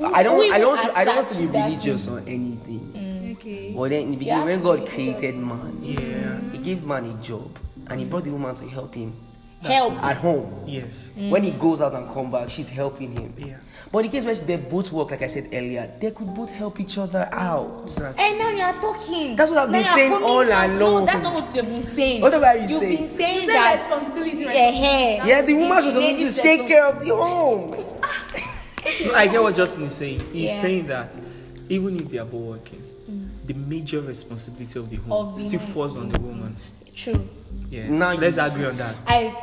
[SPEAKER 2] I don't
[SPEAKER 1] Who
[SPEAKER 2] I don't
[SPEAKER 1] even
[SPEAKER 2] want to, I don't want to
[SPEAKER 1] attached
[SPEAKER 2] be
[SPEAKER 1] that Mm.
[SPEAKER 2] religious or anything.
[SPEAKER 4] Okay.
[SPEAKER 2] But then in the
[SPEAKER 1] have
[SPEAKER 2] beginning, when
[SPEAKER 1] to
[SPEAKER 2] God
[SPEAKER 1] be
[SPEAKER 2] created
[SPEAKER 1] religious.
[SPEAKER 2] man,
[SPEAKER 3] Yeah.
[SPEAKER 2] He gave man a job, and He brought the woman to help him
[SPEAKER 1] Help.
[SPEAKER 2] at home.
[SPEAKER 3] Yes.
[SPEAKER 1] Mm.
[SPEAKER 2] When he goes out and come back, she's helping him.
[SPEAKER 3] Yeah.
[SPEAKER 2] But in the case where they both work, like I said earlier, they could both help each other out.
[SPEAKER 1] And Eh, now you are talking.
[SPEAKER 2] That's what I've
[SPEAKER 1] Now
[SPEAKER 2] been
[SPEAKER 1] you are
[SPEAKER 2] saying
[SPEAKER 1] coming
[SPEAKER 2] all
[SPEAKER 1] out. No,
[SPEAKER 2] along.
[SPEAKER 1] that's not what you've been saying.
[SPEAKER 2] What have I been
[SPEAKER 1] you've
[SPEAKER 2] saying?
[SPEAKER 1] been saying
[SPEAKER 4] You said
[SPEAKER 1] that
[SPEAKER 4] responsibility,
[SPEAKER 1] Yeah, yeah.
[SPEAKER 2] Yeah, the
[SPEAKER 1] It's
[SPEAKER 2] woman should
[SPEAKER 1] the
[SPEAKER 2] supposed
[SPEAKER 1] lady's
[SPEAKER 2] to take
[SPEAKER 1] respons-
[SPEAKER 2] care of the home.
[SPEAKER 3] No, I get what Justin is saying. He's
[SPEAKER 1] Yeah. Mm.
[SPEAKER 3] saying that even if they are both working, the major responsibility of the home
[SPEAKER 1] Of the
[SPEAKER 3] still
[SPEAKER 1] home.
[SPEAKER 3] falls on the woman.
[SPEAKER 1] True.
[SPEAKER 3] Yeah.
[SPEAKER 2] Now you-
[SPEAKER 3] Let's agree on that.
[SPEAKER 1] I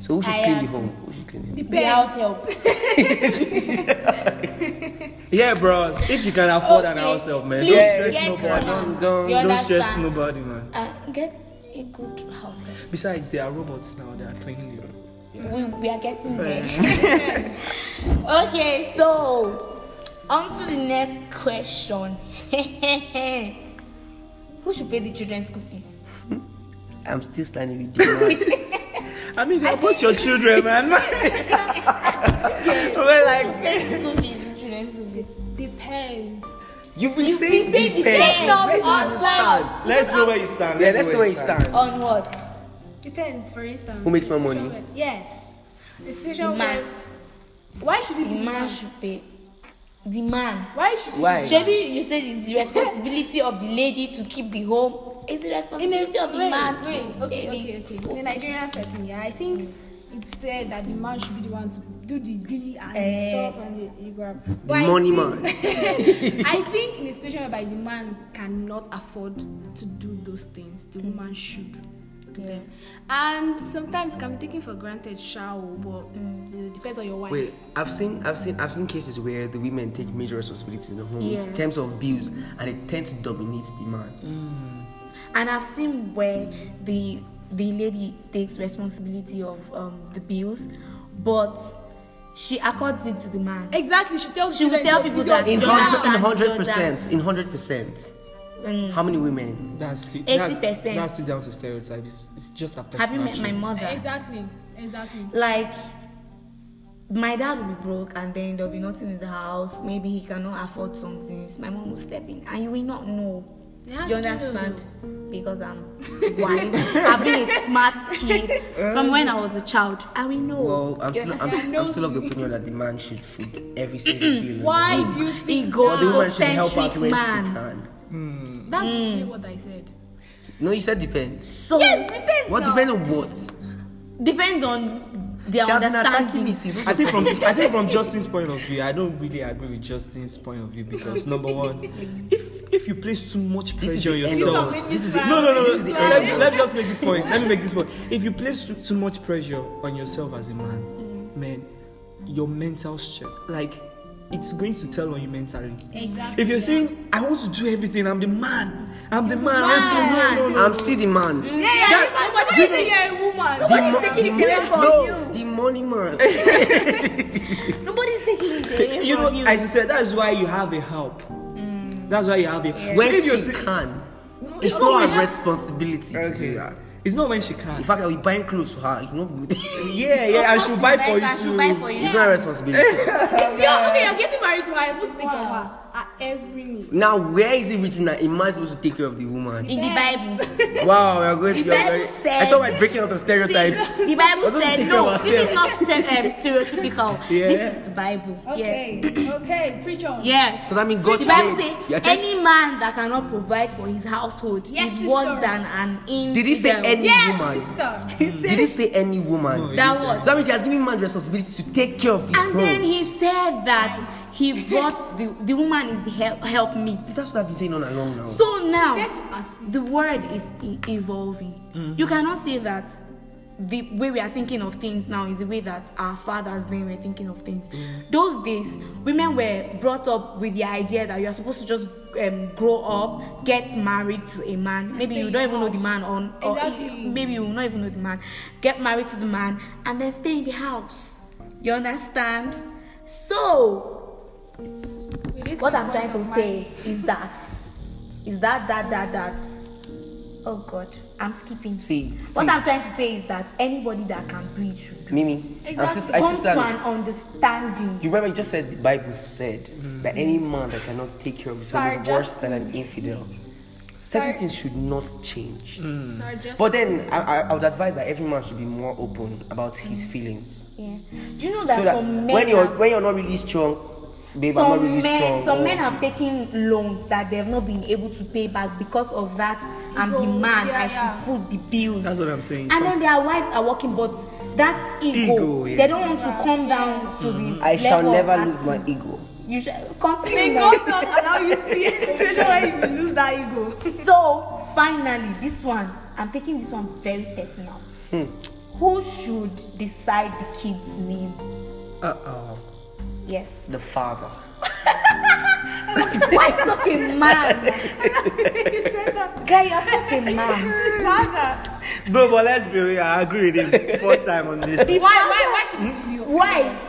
[SPEAKER 2] So who should
[SPEAKER 1] I
[SPEAKER 2] clean
[SPEAKER 1] am-
[SPEAKER 2] the home? Who should clean the home?
[SPEAKER 1] the house
[SPEAKER 4] Depends.
[SPEAKER 1] help.
[SPEAKER 3] Yeah, bros. If you can afford an
[SPEAKER 1] Okay,
[SPEAKER 3] house help, man,
[SPEAKER 1] please
[SPEAKER 3] don't stress
[SPEAKER 1] get
[SPEAKER 3] nobody.
[SPEAKER 1] one.
[SPEAKER 3] Don't, don't,
[SPEAKER 1] You
[SPEAKER 3] don't stress
[SPEAKER 1] understand?
[SPEAKER 3] nobody, man.
[SPEAKER 1] Uh, get a good house help.
[SPEAKER 3] Besides, there are robots now that are cleaning you. Yeah.
[SPEAKER 1] We, we are getting there.
[SPEAKER 2] <laughs>
[SPEAKER 1] okay, so on to the next <laughs> question. Who should pay the children's school fees?
[SPEAKER 2] I'm still standing with you.
[SPEAKER 1] <laughs>
[SPEAKER 2] man.
[SPEAKER 3] I mean, they're both your children, man. <laughs> We're
[SPEAKER 1] <laughs>
[SPEAKER 3] like,
[SPEAKER 1] school fees, children's school fees.
[SPEAKER 4] Depends.
[SPEAKER 2] You've been saying
[SPEAKER 1] been saying
[SPEAKER 2] depends.
[SPEAKER 1] depends on
[SPEAKER 2] Where do you
[SPEAKER 1] us,
[SPEAKER 2] stand?
[SPEAKER 3] let's know where you stand.
[SPEAKER 2] Yeah, let's know where you stand.
[SPEAKER 1] On what?
[SPEAKER 4] Depends, for instance.
[SPEAKER 2] Who makes more
[SPEAKER 4] the
[SPEAKER 2] money?
[SPEAKER 4] situation where- Yes. The situation
[SPEAKER 1] Man.
[SPEAKER 4] where. Why should
[SPEAKER 1] The
[SPEAKER 4] it be the
[SPEAKER 1] man
[SPEAKER 4] man?
[SPEAKER 1] should pay. The man.
[SPEAKER 4] Why should it
[SPEAKER 2] Why?
[SPEAKER 1] Shebi, you said it's the responsibility of the lady to keep the home. It's the
[SPEAKER 4] be in a
[SPEAKER 1] responsibility of the
[SPEAKER 4] wait,
[SPEAKER 1] man. to
[SPEAKER 4] Wait, okay,
[SPEAKER 1] maybe-
[SPEAKER 4] okay, okay. In the Nigerian setting, yeah, I think it's said that the man should be the one to do the bill and
[SPEAKER 1] Eh.
[SPEAKER 4] stuff and the, you grab.
[SPEAKER 2] The money man.
[SPEAKER 4] <laughs> I think in a situation whereby the man cannot afford to do those things, the
[SPEAKER 1] Mm.
[SPEAKER 4] woman should do them. And sometimes it can be taken for granted, shall but
[SPEAKER 1] Mm.
[SPEAKER 4] you know, depends on your wife.
[SPEAKER 2] Wait, I've seen, I've seen, I've seen cases where the women take major responsibilities in the home
[SPEAKER 1] Yeah. Mm.
[SPEAKER 2] in terms of bills, and they tend to dominate the man.
[SPEAKER 1] And I've seen where the the lady takes responsibility of um, the bills, but she accords it to the man.
[SPEAKER 4] Exactly, she tells
[SPEAKER 1] She
[SPEAKER 4] you
[SPEAKER 1] will tell people that
[SPEAKER 2] In
[SPEAKER 1] Jordan
[SPEAKER 2] hundred, in
[SPEAKER 1] and
[SPEAKER 2] hundred
[SPEAKER 1] Jordan.
[SPEAKER 2] percent, in hundred percent.
[SPEAKER 1] Mm.
[SPEAKER 2] How many women?
[SPEAKER 3] That's still,
[SPEAKER 1] 80%.
[SPEAKER 3] that's, that's still down to stereotypes. It's just a
[SPEAKER 1] Have you
[SPEAKER 3] personal
[SPEAKER 1] met my
[SPEAKER 3] choice.
[SPEAKER 1] mother?
[SPEAKER 4] Exactly, exactly.
[SPEAKER 1] like my dad will be broke and then there'll be nothing in the house maybe he cannot afford some things my mom will step in and you will not know
[SPEAKER 4] Yeah,
[SPEAKER 1] you
[SPEAKER 4] she don't
[SPEAKER 1] understand because i'm
[SPEAKER 4] <laughs>
[SPEAKER 1] wise i've been a smart kid from when i was a child i will know
[SPEAKER 2] Well, I'm still, I'm,
[SPEAKER 4] understand?
[SPEAKER 2] I'm still of the opinion that the man should foot every single bill. in the
[SPEAKER 4] Why
[SPEAKER 2] home.
[SPEAKER 4] do you think
[SPEAKER 1] ego
[SPEAKER 2] The woman should help out
[SPEAKER 1] egocentric
[SPEAKER 2] when she
[SPEAKER 1] man
[SPEAKER 2] can.
[SPEAKER 4] that's
[SPEAKER 1] Mm.
[SPEAKER 4] actually what I said?
[SPEAKER 2] No, you said depends.
[SPEAKER 1] so
[SPEAKER 4] Yes, depends.
[SPEAKER 2] What
[SPEAKER 4] now.
[SPEAKER 2] depends on what?
[SPEAKER 1] depends on their
[SPEAKER 2] She has been attacking me
[SPEAKER 1] understanding
[SPEAKER 2] since.
[SPEAKER 3] I think from I think from Justin's point of view, I don't really agree with Justin's point of view because number one, if if you place too much
[SPEAKER 2] This is
[SPEAKER 3] pressure on
[SPEAKER 2] the end
[SPEAKER 3] yourself,
[SPEAKER 2] of us.
[SPEAKER 4] yourself.
[SPEAKER 2] This is the
[SPEAKER 4] This
[SPEAKER 3] no no no,
[SPEAKER 2] This
[SPEAKER 3] no.
[SPEAKER 2] is the end
[SPEAKER 3] Let, me,
[SPEAKER 2] of us.
[SPEAKER 3] let me just make this point. Let me make this point. If you place too, too much pressure on yourself as a man, man, your mental strength, like it's going to tell on you mentally.
[SPEAKER 4] Exactly.
[SPEAKER 3] If you're saying I want to do everything, I'm the man. I'm the man.
[SPEAKER 1] man.
[SPEAKER 3] I'm the man. No, no,
[SPEAKER 2] I'm
[SPEAKER 3] no.
[SPEAKER 2] still the man.
[SPEAKER 4] Yeah, yeah,
[SPEAKER 3] That-
[SPEAKER 4] yeah. But
[SPEAKER 3] do you
[SPEAKER 4] you think you're a woman.
[SPEAKER 2] The
[SPEAKER 1] Nobody's
[SPEAKER 2] mo-
[SPEAKER 1] taking
[SPEAKER 2] the
[SPEAKER 1] it away
[SPEAKER 2] mo-
[SPEAKER 1] from
[SPEAKER 2] no, the money
[SPEAKER 3] <laughs>
[SPEAKER 2] man.
[SPEAKER 1] nobody's taking it
[SPEAKER 2] <laughs>
[SPEAKER 1] away
[SPEAKER 3] You know,
[SPEAKER 1] from you
[SPEAKER 3] as you said, that's why you have a help. That's why you have a. So
[SPEAKER 2] When
[SPEAKER 3] if you're
[SPEAKER 2] she
[SPEAKER 3] say-
[SPEAKER 2] can,
[SPEAKER 3] No,
[SPEAKER 2] it's
[SPEAKER 3] no,
[SPEAKER 2] not
[SPEAKER 3] it's-
[SPEAKER 2] her responsibility to do that.
[SPEAKER 3] It's not when she can.
[SPEAKER 2] The fact that we buying clothes for her, <laughs> it's not good.
[SPEAKER 3] Yeah, yeah, and she'll buy for
[SPEAKER 1] I should
[SPEAKER 3] you too.
[SPEAKER 1] buy for you
[SPEAKER 2] It's not her
[SPEAKER 3] <laughs>
[SPEAKER 2] responsibility.
[SPEAKER 4] It's your, okay, you're getting married to her. You're supposed to think of her at every need.
[SPEAKER 2] now, where is it written that a man is supposed to take care of the woman?
[SPEAKER 1] in the
[SPEAKER 2] <laughs>
[SPEAKER 1] bible
[SPEAKER 2] wow, we are going to
[SPEAKER 1] The
[SPEAKER 2] be on
[SPEAKER 1] Bible
[SPEAKER 2] very-
[SPEAKER 1] said-
[SPEAKER 2] I thought we were breaking out of
[SPEAKER 1] See,
[SPEAKER 2] stereotypes.
[SPEAKER 1] the Bible
[SPEAKER 2] I
[SPEAKER 1] <laughs>
[SPEAKER 2] don't
[SPEAKER 1] said
[SPEAKER 2] think
[SPEAKER 1] no.
[SPEAKER 2] of
[SPEAKER 1] This is not ste- um, stereotypical.
[SPEAKER 3] Yeah.
[SPEAKER 1] This is the Bible. Yes.
[SPEAKER 4] <clears throat> okay, preach on.
[SPEAKER 1] Yes.
[SPEAKER 2] So that means God
[SPEAKER 1] the Bible
[SPEAKER 2] today,
[SPEAKER 1] say
[SPEAKER 2] you are trying to-
[SPEAKER 1] any man that cannot provide for his household
[SPEAKER 4] Yes,
[SPEAKER 1] is worse
[SPEAKER 4] sister.
[SPEAKER 1] than an infidel.
[SPEAKER 2] Did he say any
[SPEAKER 4] Yes,
[SPEAKER 2] woman?
[SPEAKER 4] sister.
[SPEAKER 2] Did he say any woman?
[SPEAKER 3] No, he
[SPEAKER 1] That
[SPEAKER 3] didn't say
[SPEAKER 1] what?
[SPEAKER 2] So that means he has given man the responsibility to take care of his
[SPEAKER 1] And
[SPEAKER 2] home.
[SPEAKER 1] then he said that he brought the the woman is the help help meet.
[SPEAKER 2] That's what I've been saying all along now.
[SPEAKER 1] So now
[SPEAKER 4] there to assist.
[SPEAKER 1] the world is e- evolving.
[SPEAKER 4] Mm-hmm.
[SPEAKER 1] You cannot say that the way we are thinking of things now is the way that our fathers then were thinking of things.
[SPEAKER 4] Mm.
[SPEAKER 1] Those days, women were brought up with the idea that you are supposed to just um, grow up, get married to a man. Maybe
[SPEAKER 4] stay
[SPEAKER 1] you
[SPEAKER 4] in
[SPEAKER 1] don't
[SPEAKER 4] the
[SPEAKER 1] even know the
[SPEAKER 4] house.
[SPEAKER 1] man, on, or e-,
[SPEAKER 4] Exactly.
[SPEAKER 1] maybe you will not even know the man. Get married to the man and then stay in the house. You understand? So
[SPEAKER 4] With this
[SPEAKER 1] what I'm
[SPEAKER 4] point
[SPEAKER 1] trying to
[SPEAKER 4] of
[SPEAKER 1] say is that is that that that that oh god i'm skipping
[SPEAKER 2] See,
[SPEAKER 1] what
[SPEAKER 2] see.
[SPEAKER 1] i'm trying to say is that anybody that can breathe should do
[SPEAKER 2] Mimi, I'm
[SPEAKER 4] Exactly.
[SPEAKER 2] sis- I
[SPEAKER 1] come
[SPEAKER 2] sister.
[SPEAKER 1] to an understanding
[SPEAKER 2] You remember you just said the Bible said that any man that cannot take care of his home is
[SPEAKER 4] Sarah
[SPEAKER 2] worse than an infidel. Certain
[SPEAKER 4] Sarah-
[SPEAKER 2] things should not change.
[SPEAKER 4] marriage. Sorry, just-
[SPEAKER 2] But then I, I, I would advise that every man should be more open about his feelings.
[SPEAKER 1] yeah. do you know Mm. that,
[SPEAKER 2] so that
[SPEAKER 1] some men
[SPEAKER 2] when you're
[SPEAKER 1] have,
[SPEAKER 2] when you're not really strong, babe, I'm not
[SPEAKER 1] some,
[SPEAKER 2] really
[SPEAKER 1] men,
[SPEAKER 2] strong. oh.
[SPEAKER 1] some
[SPEAKER 2] or-
[SPEAKER 1] men have taken loans that they've not been able to pay back because of that i'm the
[SPEAKER 4] Ego,
[SPEAKER 1] man
[SPEAKER 4] Oh, yeah,
[SPEAKER 1] i
[SPEAKER 4] yeah.
[SPEAKER 1] should foot the bills
[SPEAKER 3] That's what I'm saying.
[SPEAKER 1] and then their wives are working but that's ego,
[SPEAKER 3] Ego, yeah.
[SPEAKER 1] they don't want to come down to the
[SPEAKER 2] I shall
[SPEAKER 1] level of
[SPEAKER 2] never lose
[SPEAKER 1] asking.
[SPEAKER 2] my ego.
[SPEAKER 1] you should continue <laughs>
[SPEAKER 4] May
[SPEAKER 1] now.
[SPEAKER 4] God not allow you to see a situation where you will lose that ego.
[SPEAKER 1] so finally this one i'm taking this one very personal
[SPEAKER 3] Hmm.
[SPEAKER 1] who should decide the kid's name
[SPEAKER 3] Uh oh.
[SPEAKER 1] yes
[SPEAKER 2] The father.
[SPEAKER 1] why you such a
[SPEAKER 3] <laughs>
[SPEAKER 1] man
[SPEAKER 4] you said that.
[SPEAKER 1] guy you're such a man
[SPEAKER 4] Father.
[SPEAKER 3] No, but let's be real. I agree with him. <laughs> First time on this.
[SPEAKER 1] The
[SPEAKER 4] Why, why, why should you?
[SPEAKER 1] why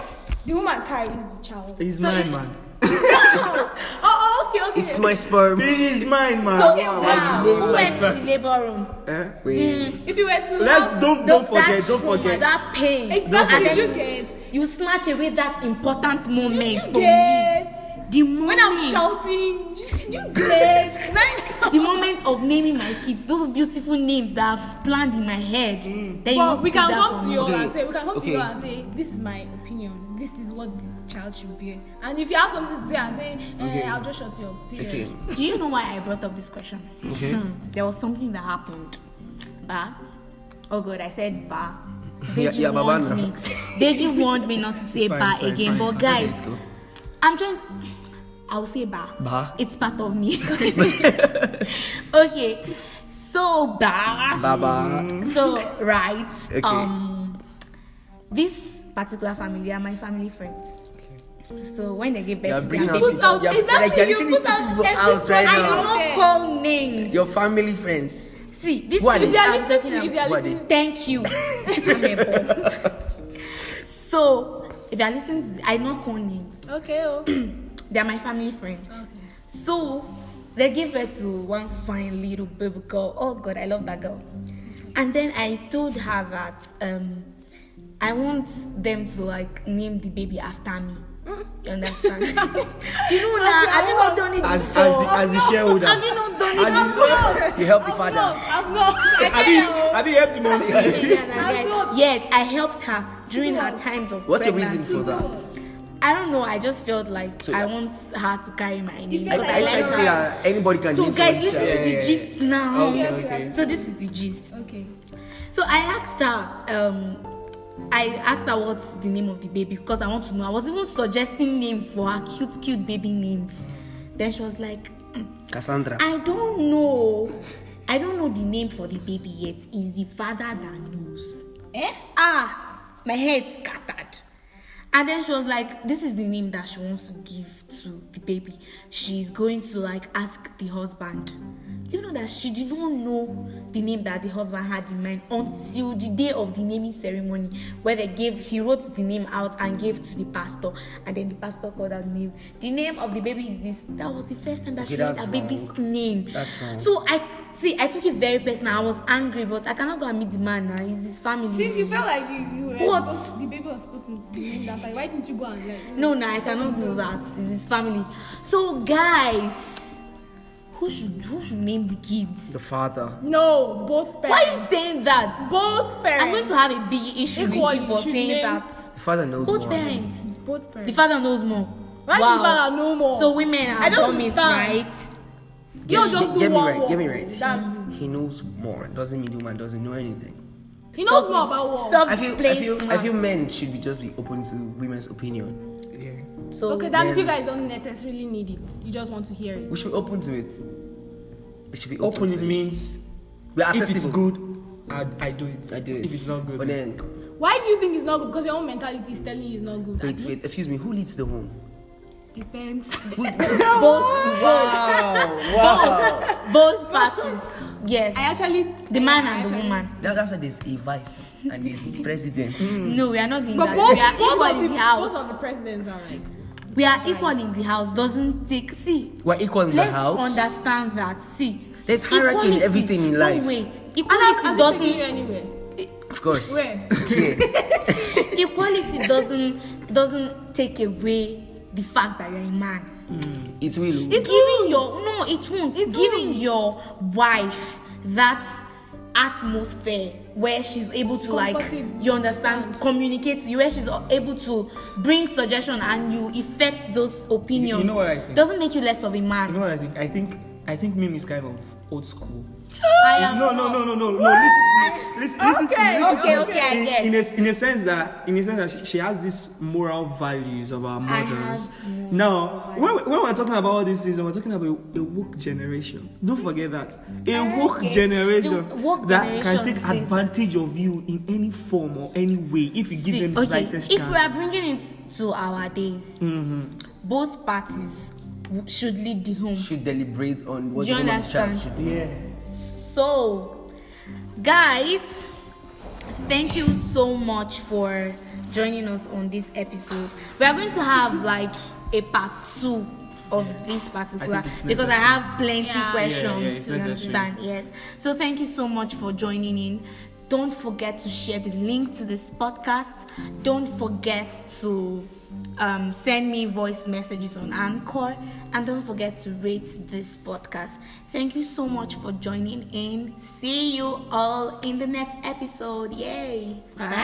[SPEAKER 4] The woman carries the child.
[SPEAKER 3] He's
[SPEAKER 1] So
[SPEAKER 3] my
[SPEAKER 1] you-
[SPEAKER 3] man.
[SPEAKER 4] Oh, okay, okay.
[SPEAKER 2] It's my sperm.
[SPEAKER 3] This is mine, man.
[SPEAKER 1] So
[SPEAKER 3] Wow.
[SPEAKER 1] wow,
[SPEAKER 2] Labor
[SPEAKER 1] who went
[SPEAKER 3] is
[SPEAKER 1] to
[SPEAKER 3] fine.
[SPEAKER 1] the labor room?
[SPEAKER 3] Eh?
[SPEAKER 2] Wait.
[SPEAKER 4] If you were to
[SPEAKER 3] Let's
[SPEAKER 4] have-
[SPEAKER 1] Tho-
[SPEAKER 3] don't don't forget,
[SPEAKER 1] that
[SPEAKER 3] don't
[SPEAKER 1] trauma,
[SPEAKER 3] forget.
[SPEAKER 1] that pain.
[SPEAKER 4] Exactly,
[SPEAKER 1] And then
[SPEAKER 4] did you get?
[SPEAKER 1] You snatch away that important moment
[SPEAKER 4] Did you
[SPEAKER 1] from
[SPEAKER 4] get?
[SPEAKER 1] me. The moment,
[SPEAKER 4] When I'm shouting, did <laughs> you get? Nine-
[SPEAKER 1] the moment of naming my kids, those beautiful names that I've planned in my head. Then you want to
[SPEAKER 4] But Mm. we
[SPEAKER 1] take
[SPEAKER 4] can
[SPEAKER 1] that
[SPEAKER 4] come
[SPEAKER 1] from
[SPEAKER 4] to
[SPEAKER 1] me.
[SPEAKER 4] you all
[SPEAKER 2] Okay,
[SPEAKER 4] and say we can come to
[SPEAKER 2] okay.
[SPEAKER 4] you all and say this is my opinion. This is what the child should be. And if you have something to say and say, eh,
[SPEAKER 2] Okay.
[SPEAKER 4] I'll just shut your period.
[SPEAKER 2] Okay.
[SPEAKER 1] Do you know why I brought up this question? Hmm.
[SPEAKER 2] Okay.
[SPEAKER 1] There was something that happened. Ba. Oh God, I said
[SPEAKER 3] <laughs>
[SPEAKER 1] ba.
[SPEAKER 2] Yeah,
[SPEAKER 1] Deji
[SPEAKER 2] yeah, Baba
[SPEAKER 1] warned
[SPEAKER 2] now.
[SPEAKER 1] me. Deji warned me not to say
[SPEAKER 3] fine,
[SPEAKER 1] ba
[SPEAKER 3] it's fine,
[SPEAKER 1] again.
[SPEAKER 3] it's fine,
[SPEAKER 1] But
[SPEAKER 3] it's okay,
[SPEAKER 1] guys,
[SPEAKER 2] let's go.
[SPEAKER 1] I'm trying. I'll say ba.
[SPEAKER 2] Ba.
[SPEAKER 1] It's part of me.
[SPEAKER 3] <laughs>
[SPEAKER 1] <laughs> okay. So ba.
[SPEAKER 2] Baba.
[SPEAKER 1] So right.
[SPEAKER 2] Okay.
[SPEAKER 1] Um. This particular family, they are my family friends. So when they give
[SPEAKER 2] You are
[SPEAKER 1] birth, to
[SPEAKER 2] bringing
[SPEAKER 1] their
[SPEAKER 2] us
[SPEAKER 1] baby-
[SPEAKER 4] Put out-
[SPEAKER 2] you are-
[SPEAKER 4] exactly,
[SPEAKER 2] like, you are
[SPEAKER 4] you
[SPEAKER 2] letting
[SPEAKER 4] put
[SPEAKER 2] these
[SPEAKER 4] out
[SPEAKER 2] people out
[SPEAKER 4] everything
[SPEAKER 2] right
[SPEAKER 1] I do
[SPEAKER 4] out
[SPEAKER 2] now.
[SPEAKER 4] there.
[SPEAKER 1] not call names.
[SPEAKER 2] Your family friends.
[SPEAKER 1] See, this
[SPEAKER 2] Who are
[SPEAKER 1] is
[SPEAKER 2] they?
[SPEAKER 4] If they are
[SPEAKER 1] I'm
[SPEAKER 4] listening to,
[SPEAKER 1] talking
[SPEAKER 4] if they are
[SPEAKER 1] about.
[SPEAKER 2] Who are they?
[SPEAKER 4] listening,
[SPEAKER 1] Thank
[SPEAKER 2] <laughs>
[SPEAKER 1] you. I'm a bum. so, if you are listening to, the, I know call names. <clears throat>
[SPEAKER 4] okay, oh.
[SPEAKER 1] Hmm, They are my family friends. So, they give birth to one fine little baby girl. Oh God, I love that girl. And then I told her that um, I want them to like name the baby after me. You understand? you know that? Have you not done it
[SPEAKER 3] As
[SPEAKER 1] before?
[SPEAKER 3] as the as the shareholder.
[SPEAKER 1] Have you not done it
[SPEAKER 3] As
[SPEAKER 1] before?
[SPEAKER 3] the-
[SPEAKER 2] You help the
[SPEAKER 4] I'm
[SPEAKER 2] father.
[SPEAKER 4] not.
[SPEAKER 1] <laughs>
[SPEAKER 4] I'm not. I
[SPEAKER 3] Have you
[SPEAKER 4] can't, oh.
[SPEAKER 3] have you helped the mom?
[SPEAKER 1] And I
[SPEAKER 4] I
[SPEAKER 1] like,
[SPEAKER 4] thought-
[SPEAKER 1] yes, I helped her during her times of
[SPEAKER 2] What's your
[SPEAKER 1] pregnancy.
[SPEAKER 2] reason for that?
[SPEAKER 1] I don't know. I just felt like
[SPEAKER 2] So-
[SPEAKER 1] I want her to carry my name. because
[SPEAKER 2] I,
[SPEAKER 4] felt like
[SPEAKER 2] I tried to say that anybody can
[SPEAKER 1] so
[SPEAKER 2] name
[SPEAKER 1] guys,
[SPEAKER 2] someone's
[SPEAKER 1] listen
[SPEAKER 2] child.
[SPEAKER 1] to the
[SPEAKER 3] Yeah, yeah,
[SPEAKER 1] gist now.
[SPEAKER 3] Oh, Okay, okay.
[SPEAKER 1] So this is the gist.
[SPEAKER 4] Okay.
[SPEAKER 1] So I asked her. Um, I asked her what's the name of the baby because I want to know. I was even suggesting names for her cute, cute baby names. Then she was like, "Mm,
[SPEAKER 2] Cassandra.
[SPEAKER 1] I don't know. I don't know the name for the baby yet. It's the father that knows.
[SPEAKER 4] Eh?
[SPEAKER 1] ah my head scattered and then she was like this is the name that she wants to give to the baby she's going to like ask the husband do you know that she did not know the name that the husband had in mind until the day of the naming ceremony where they gave he wrote the name out and gave to the pastor and then the pastor called that name the name of the baby is this that was the first time that
[SPEAKER 2] Okay,
[SPEAKER 1] she heard
[SPEAKER 2] that's
[SPEAKER 1] her baby's name
[SPEAKER 2] That's wrong.
[SPEAKER 1] so i see i took it very personal i was angry but i cannot go and meet the man now he's his family
[SPEAKER 4] Since you felt like you, you were
[SPEAKER 1] What?
[SPEAKER 4] supposed, the baby was supposed to be named after you, why didn't you go and like?
[SPEAKER 1] No, no, I cannot do that. It's his family. So, guys, who should who should name the kids?
[SPEAKER 2] the father.
[SPEAKER 4] No, both
[SPEAKER 1] Why are you
[SPEAKER 4] parents.
[SPEAKER 1] saying that?
[SPEAKER 4] Both parents.
[SPEAKER 1] I'm going to have a big issue with
[SPEAKER 4] Equally,
[SPEAKER 1] you for
[SPEAKER 4] you should
[SPEAKER 1] saying
[SPEAKER 4] name-
[SPEAKER 1] that.
[SPEAKER 2] The father knows
[SPEAKER 1] Both
[SPEAKER 2] more.
[SPEAKER 1] parents.
[SPEAKER 4] both
[SPEAKER 1] The
[SPEAKER 4] parents.
[SPEAKER 1] father knows more.
[SPEAKER 4] Why the father know more?
[SPEAKER 1] So women
[SPEAKER 4] I
[SPEAKER 1] are
[SPEAKER 4] don't
[SPEAKER 1] dummies,
[SPEAKER 4] understand.
[SPEAKER 1] right?
[SPEAKER 4] You don't just
[SPEAKER 2] Get-
[SPEAKER 4] do
[SPEAKER 2] get me
[SPEAKER 4] one
[SPEAKER 2] right,
[SPEAKER 4] work.
[SPEAKER 2] get me right.
[SPEAKER 4] That's,
[SPEAKER 2] He knows more. Doesn't mean the woman doesn't know anything.
[SPEAKER 4] he knows
[SPEAKER 1] Stop
[SPEAKER 4] more
[SPEAKER 1] it.
[SPEAKER 4] about war.
[SPEAKER 1] Stop
[SPEAKER 2] I feel, I
[SPEAKER 1] playing
[SPEAKER 2] feel, I
[SPEAKER 1] smart.
[SPEAKER 2] feel men should be just be open to women's opinion.
[SPEAKER 1] So
[SPEAKER 4] Okay, that means you
[SPEAKER 2] Then-
[SPEAKER 4] guys don't necessarily need it. You just want to hear it.
[SPEAKER 2] We should be open to it. We should be open.
[SPEAKER 3] Open
[SPEAKER 2] to
[SPEAKER 3] it means
[SPEAKER 2] we're
[SPEAKER 3] if it's
[SPEAKER 2] accessible.
[SPEAKER 3] good, I I do it.
[SPEAKER 2] I do it.
[SPEAKER 3] If it's not good,
[SPEAKER 2] But then,
[SPEAKER 4] Why do you think it's not good? Because your own mentality is telling you it's not good.
[SPEAKER 2] wait, wait. Excuse me. Who leads the home?
[SPEAKER 4] Depends. <laughs>
[SPEAKER 1] both
[SPEAKER 2] Wow! wow!
[SPEAKER 1] both parties. Yes.
[SPEAKER 4] I actually.
[SPEAKER 1] the man
[SPEAKER 4] I
[SPEAKER 1] and the
[SPEAKER 4] actually-
[SPEAKER 1] woman.
[SPEAKER 2] <laughs> That- that's why there's a vice and there's the
[SPEAKER 1] <laughs>
[SPEAKER 2] president.
[SPEAKER 4] Hmm.
[SPEAKER 1] No, we are not doing
[SPEAKER 4] But
[SPEAKER 1] that.
[SPEAKER 4] both,
[SPEAKER 1] we are
[SPEAKER 4] both,
[SPEAKER 1] equal
[SPEAKER 4] of the,
[SPEAKER 1] in the house.
[SPEAKER 4] both of the presidents are like.
[SPEAKER 1] we are equal in the house. Doesn't take see.
[SPEAKER 2] We're equal in
[SPEAKER 1] let's
[SPEAKER 2] the house.
[SPEAKER 1] understand that. See,
[SPEAKER 2] There's hierarchy in
[SPEAKER 1] equality-
[SPEAKER 2] everything in
[SPEAKER 1] no,
[SPEAKER 2] life.
[SPEAKER 1] wait,
[SPEAKER 4] And
[SPEAKER 1] equality
[SPEAKER 4] I'm not taking you
[SPEAKER 1] doesn't
[SPEAKER 4] anywhere.
[SPEAKER 2] Of course.
[SPEAKER 4] Where?
[SPEAKER 2] Yeah.
[SPEAKER 1] equality doesn't doesn't take away the fact that you're a man.
[SPEAKER 2] It will.
[SPEAKER 1] giving your no, it won't.
[SPEAKER 4] It
[SPEAKER 1] giving your wife that atmosphere where she's able to like
[SPEAKER 4] Comfortable.
[SPEAKER 1] you understand communicate to you where she's able to bring suggestion and you effect those opinions
[SPEAKER 3] what I think?
[SPEAKER 1] doesn't make you less of a man
[SPEAKER 3] you know what I think? I think I think Mimi is kind of old school.
[SPEAKER 1] i am
[SPEAKER 3] no, no, no, no, no, no. Listen to me. Listen, listen
[SPEAKER 4] Okay,
[SPEAKER 3] to me. Listen
[SPEAKER 1] okay,
[SPEAKER 3] to me.
[SPEAKER 1] okay, I
[SPEAKER 3] in,
[SPEAKER 1] get.
[SPEAKER 3] In a, in a sense that, in a sense that she, she has these moral values of our
[SPEAKER 1] I have
[SPEAKER 3] mothers.
[SPEAKER 1] moral
[SPEAKER 3] Now, when, we-
[SPEAKER 1] values.
[SPEAKER 3] when we're talking about all these things, we're talking about a woke generation. Don't forget that a
[SPEAKER 1] Okay.
[SPEAKER 3] woke generation
[SPEAKER 1] The woke
[SPEAKER 3] that can
[SPEAKER 1] generation
[SPEAKER 3] take
[SPEAKER 1] says that-
[SPEAKER 3] advantage of you in any form or any way if you give them the
[SPEAKER 1] See,
[SPEAKER 3] slightest
[SPEAKER 1] if
[SPEAKER 3] chance. Mm-hmm.
[SPEAKER 1] we are bringing it to our days, both parties w- should lead the home.
[SPEAKER 2] Should deliberate on what
[SPEAKER 1] Do
[SPEAKER 2] the
[SPEAKER 1] you
[SPEAKER 2] woman's child
[SPEAKER 1] understand?
[SPEAKER 2] should be.
[SPEAKER 3] yeah.
[SPEAKER 1] So, guys, thank you so much for joining us on this episode. We are going to have like a part two of this particular
[SPEAKER 3] I think it's
[SPEAKER 1] because I
[SPEAKER 3] necessary.
[SPEAKER 1] have plenty
[SPEAKER 3] Yeah,
[SPEAKER 4] Yeah.
[SPEAKER 3] yeah, it's
[SPEAKER 1] questions. you
[SPEAKER 3] necessary.
[SPEAKER 1] understand? Yes. So thank you so much for joining in. Don't forget to share the link to this podcast. Don't forget to um, send me voice messages on Anchor. And don't forget to rate this podcast. Thank you so much for joining in. See you all in the next episode. Yay! Bye.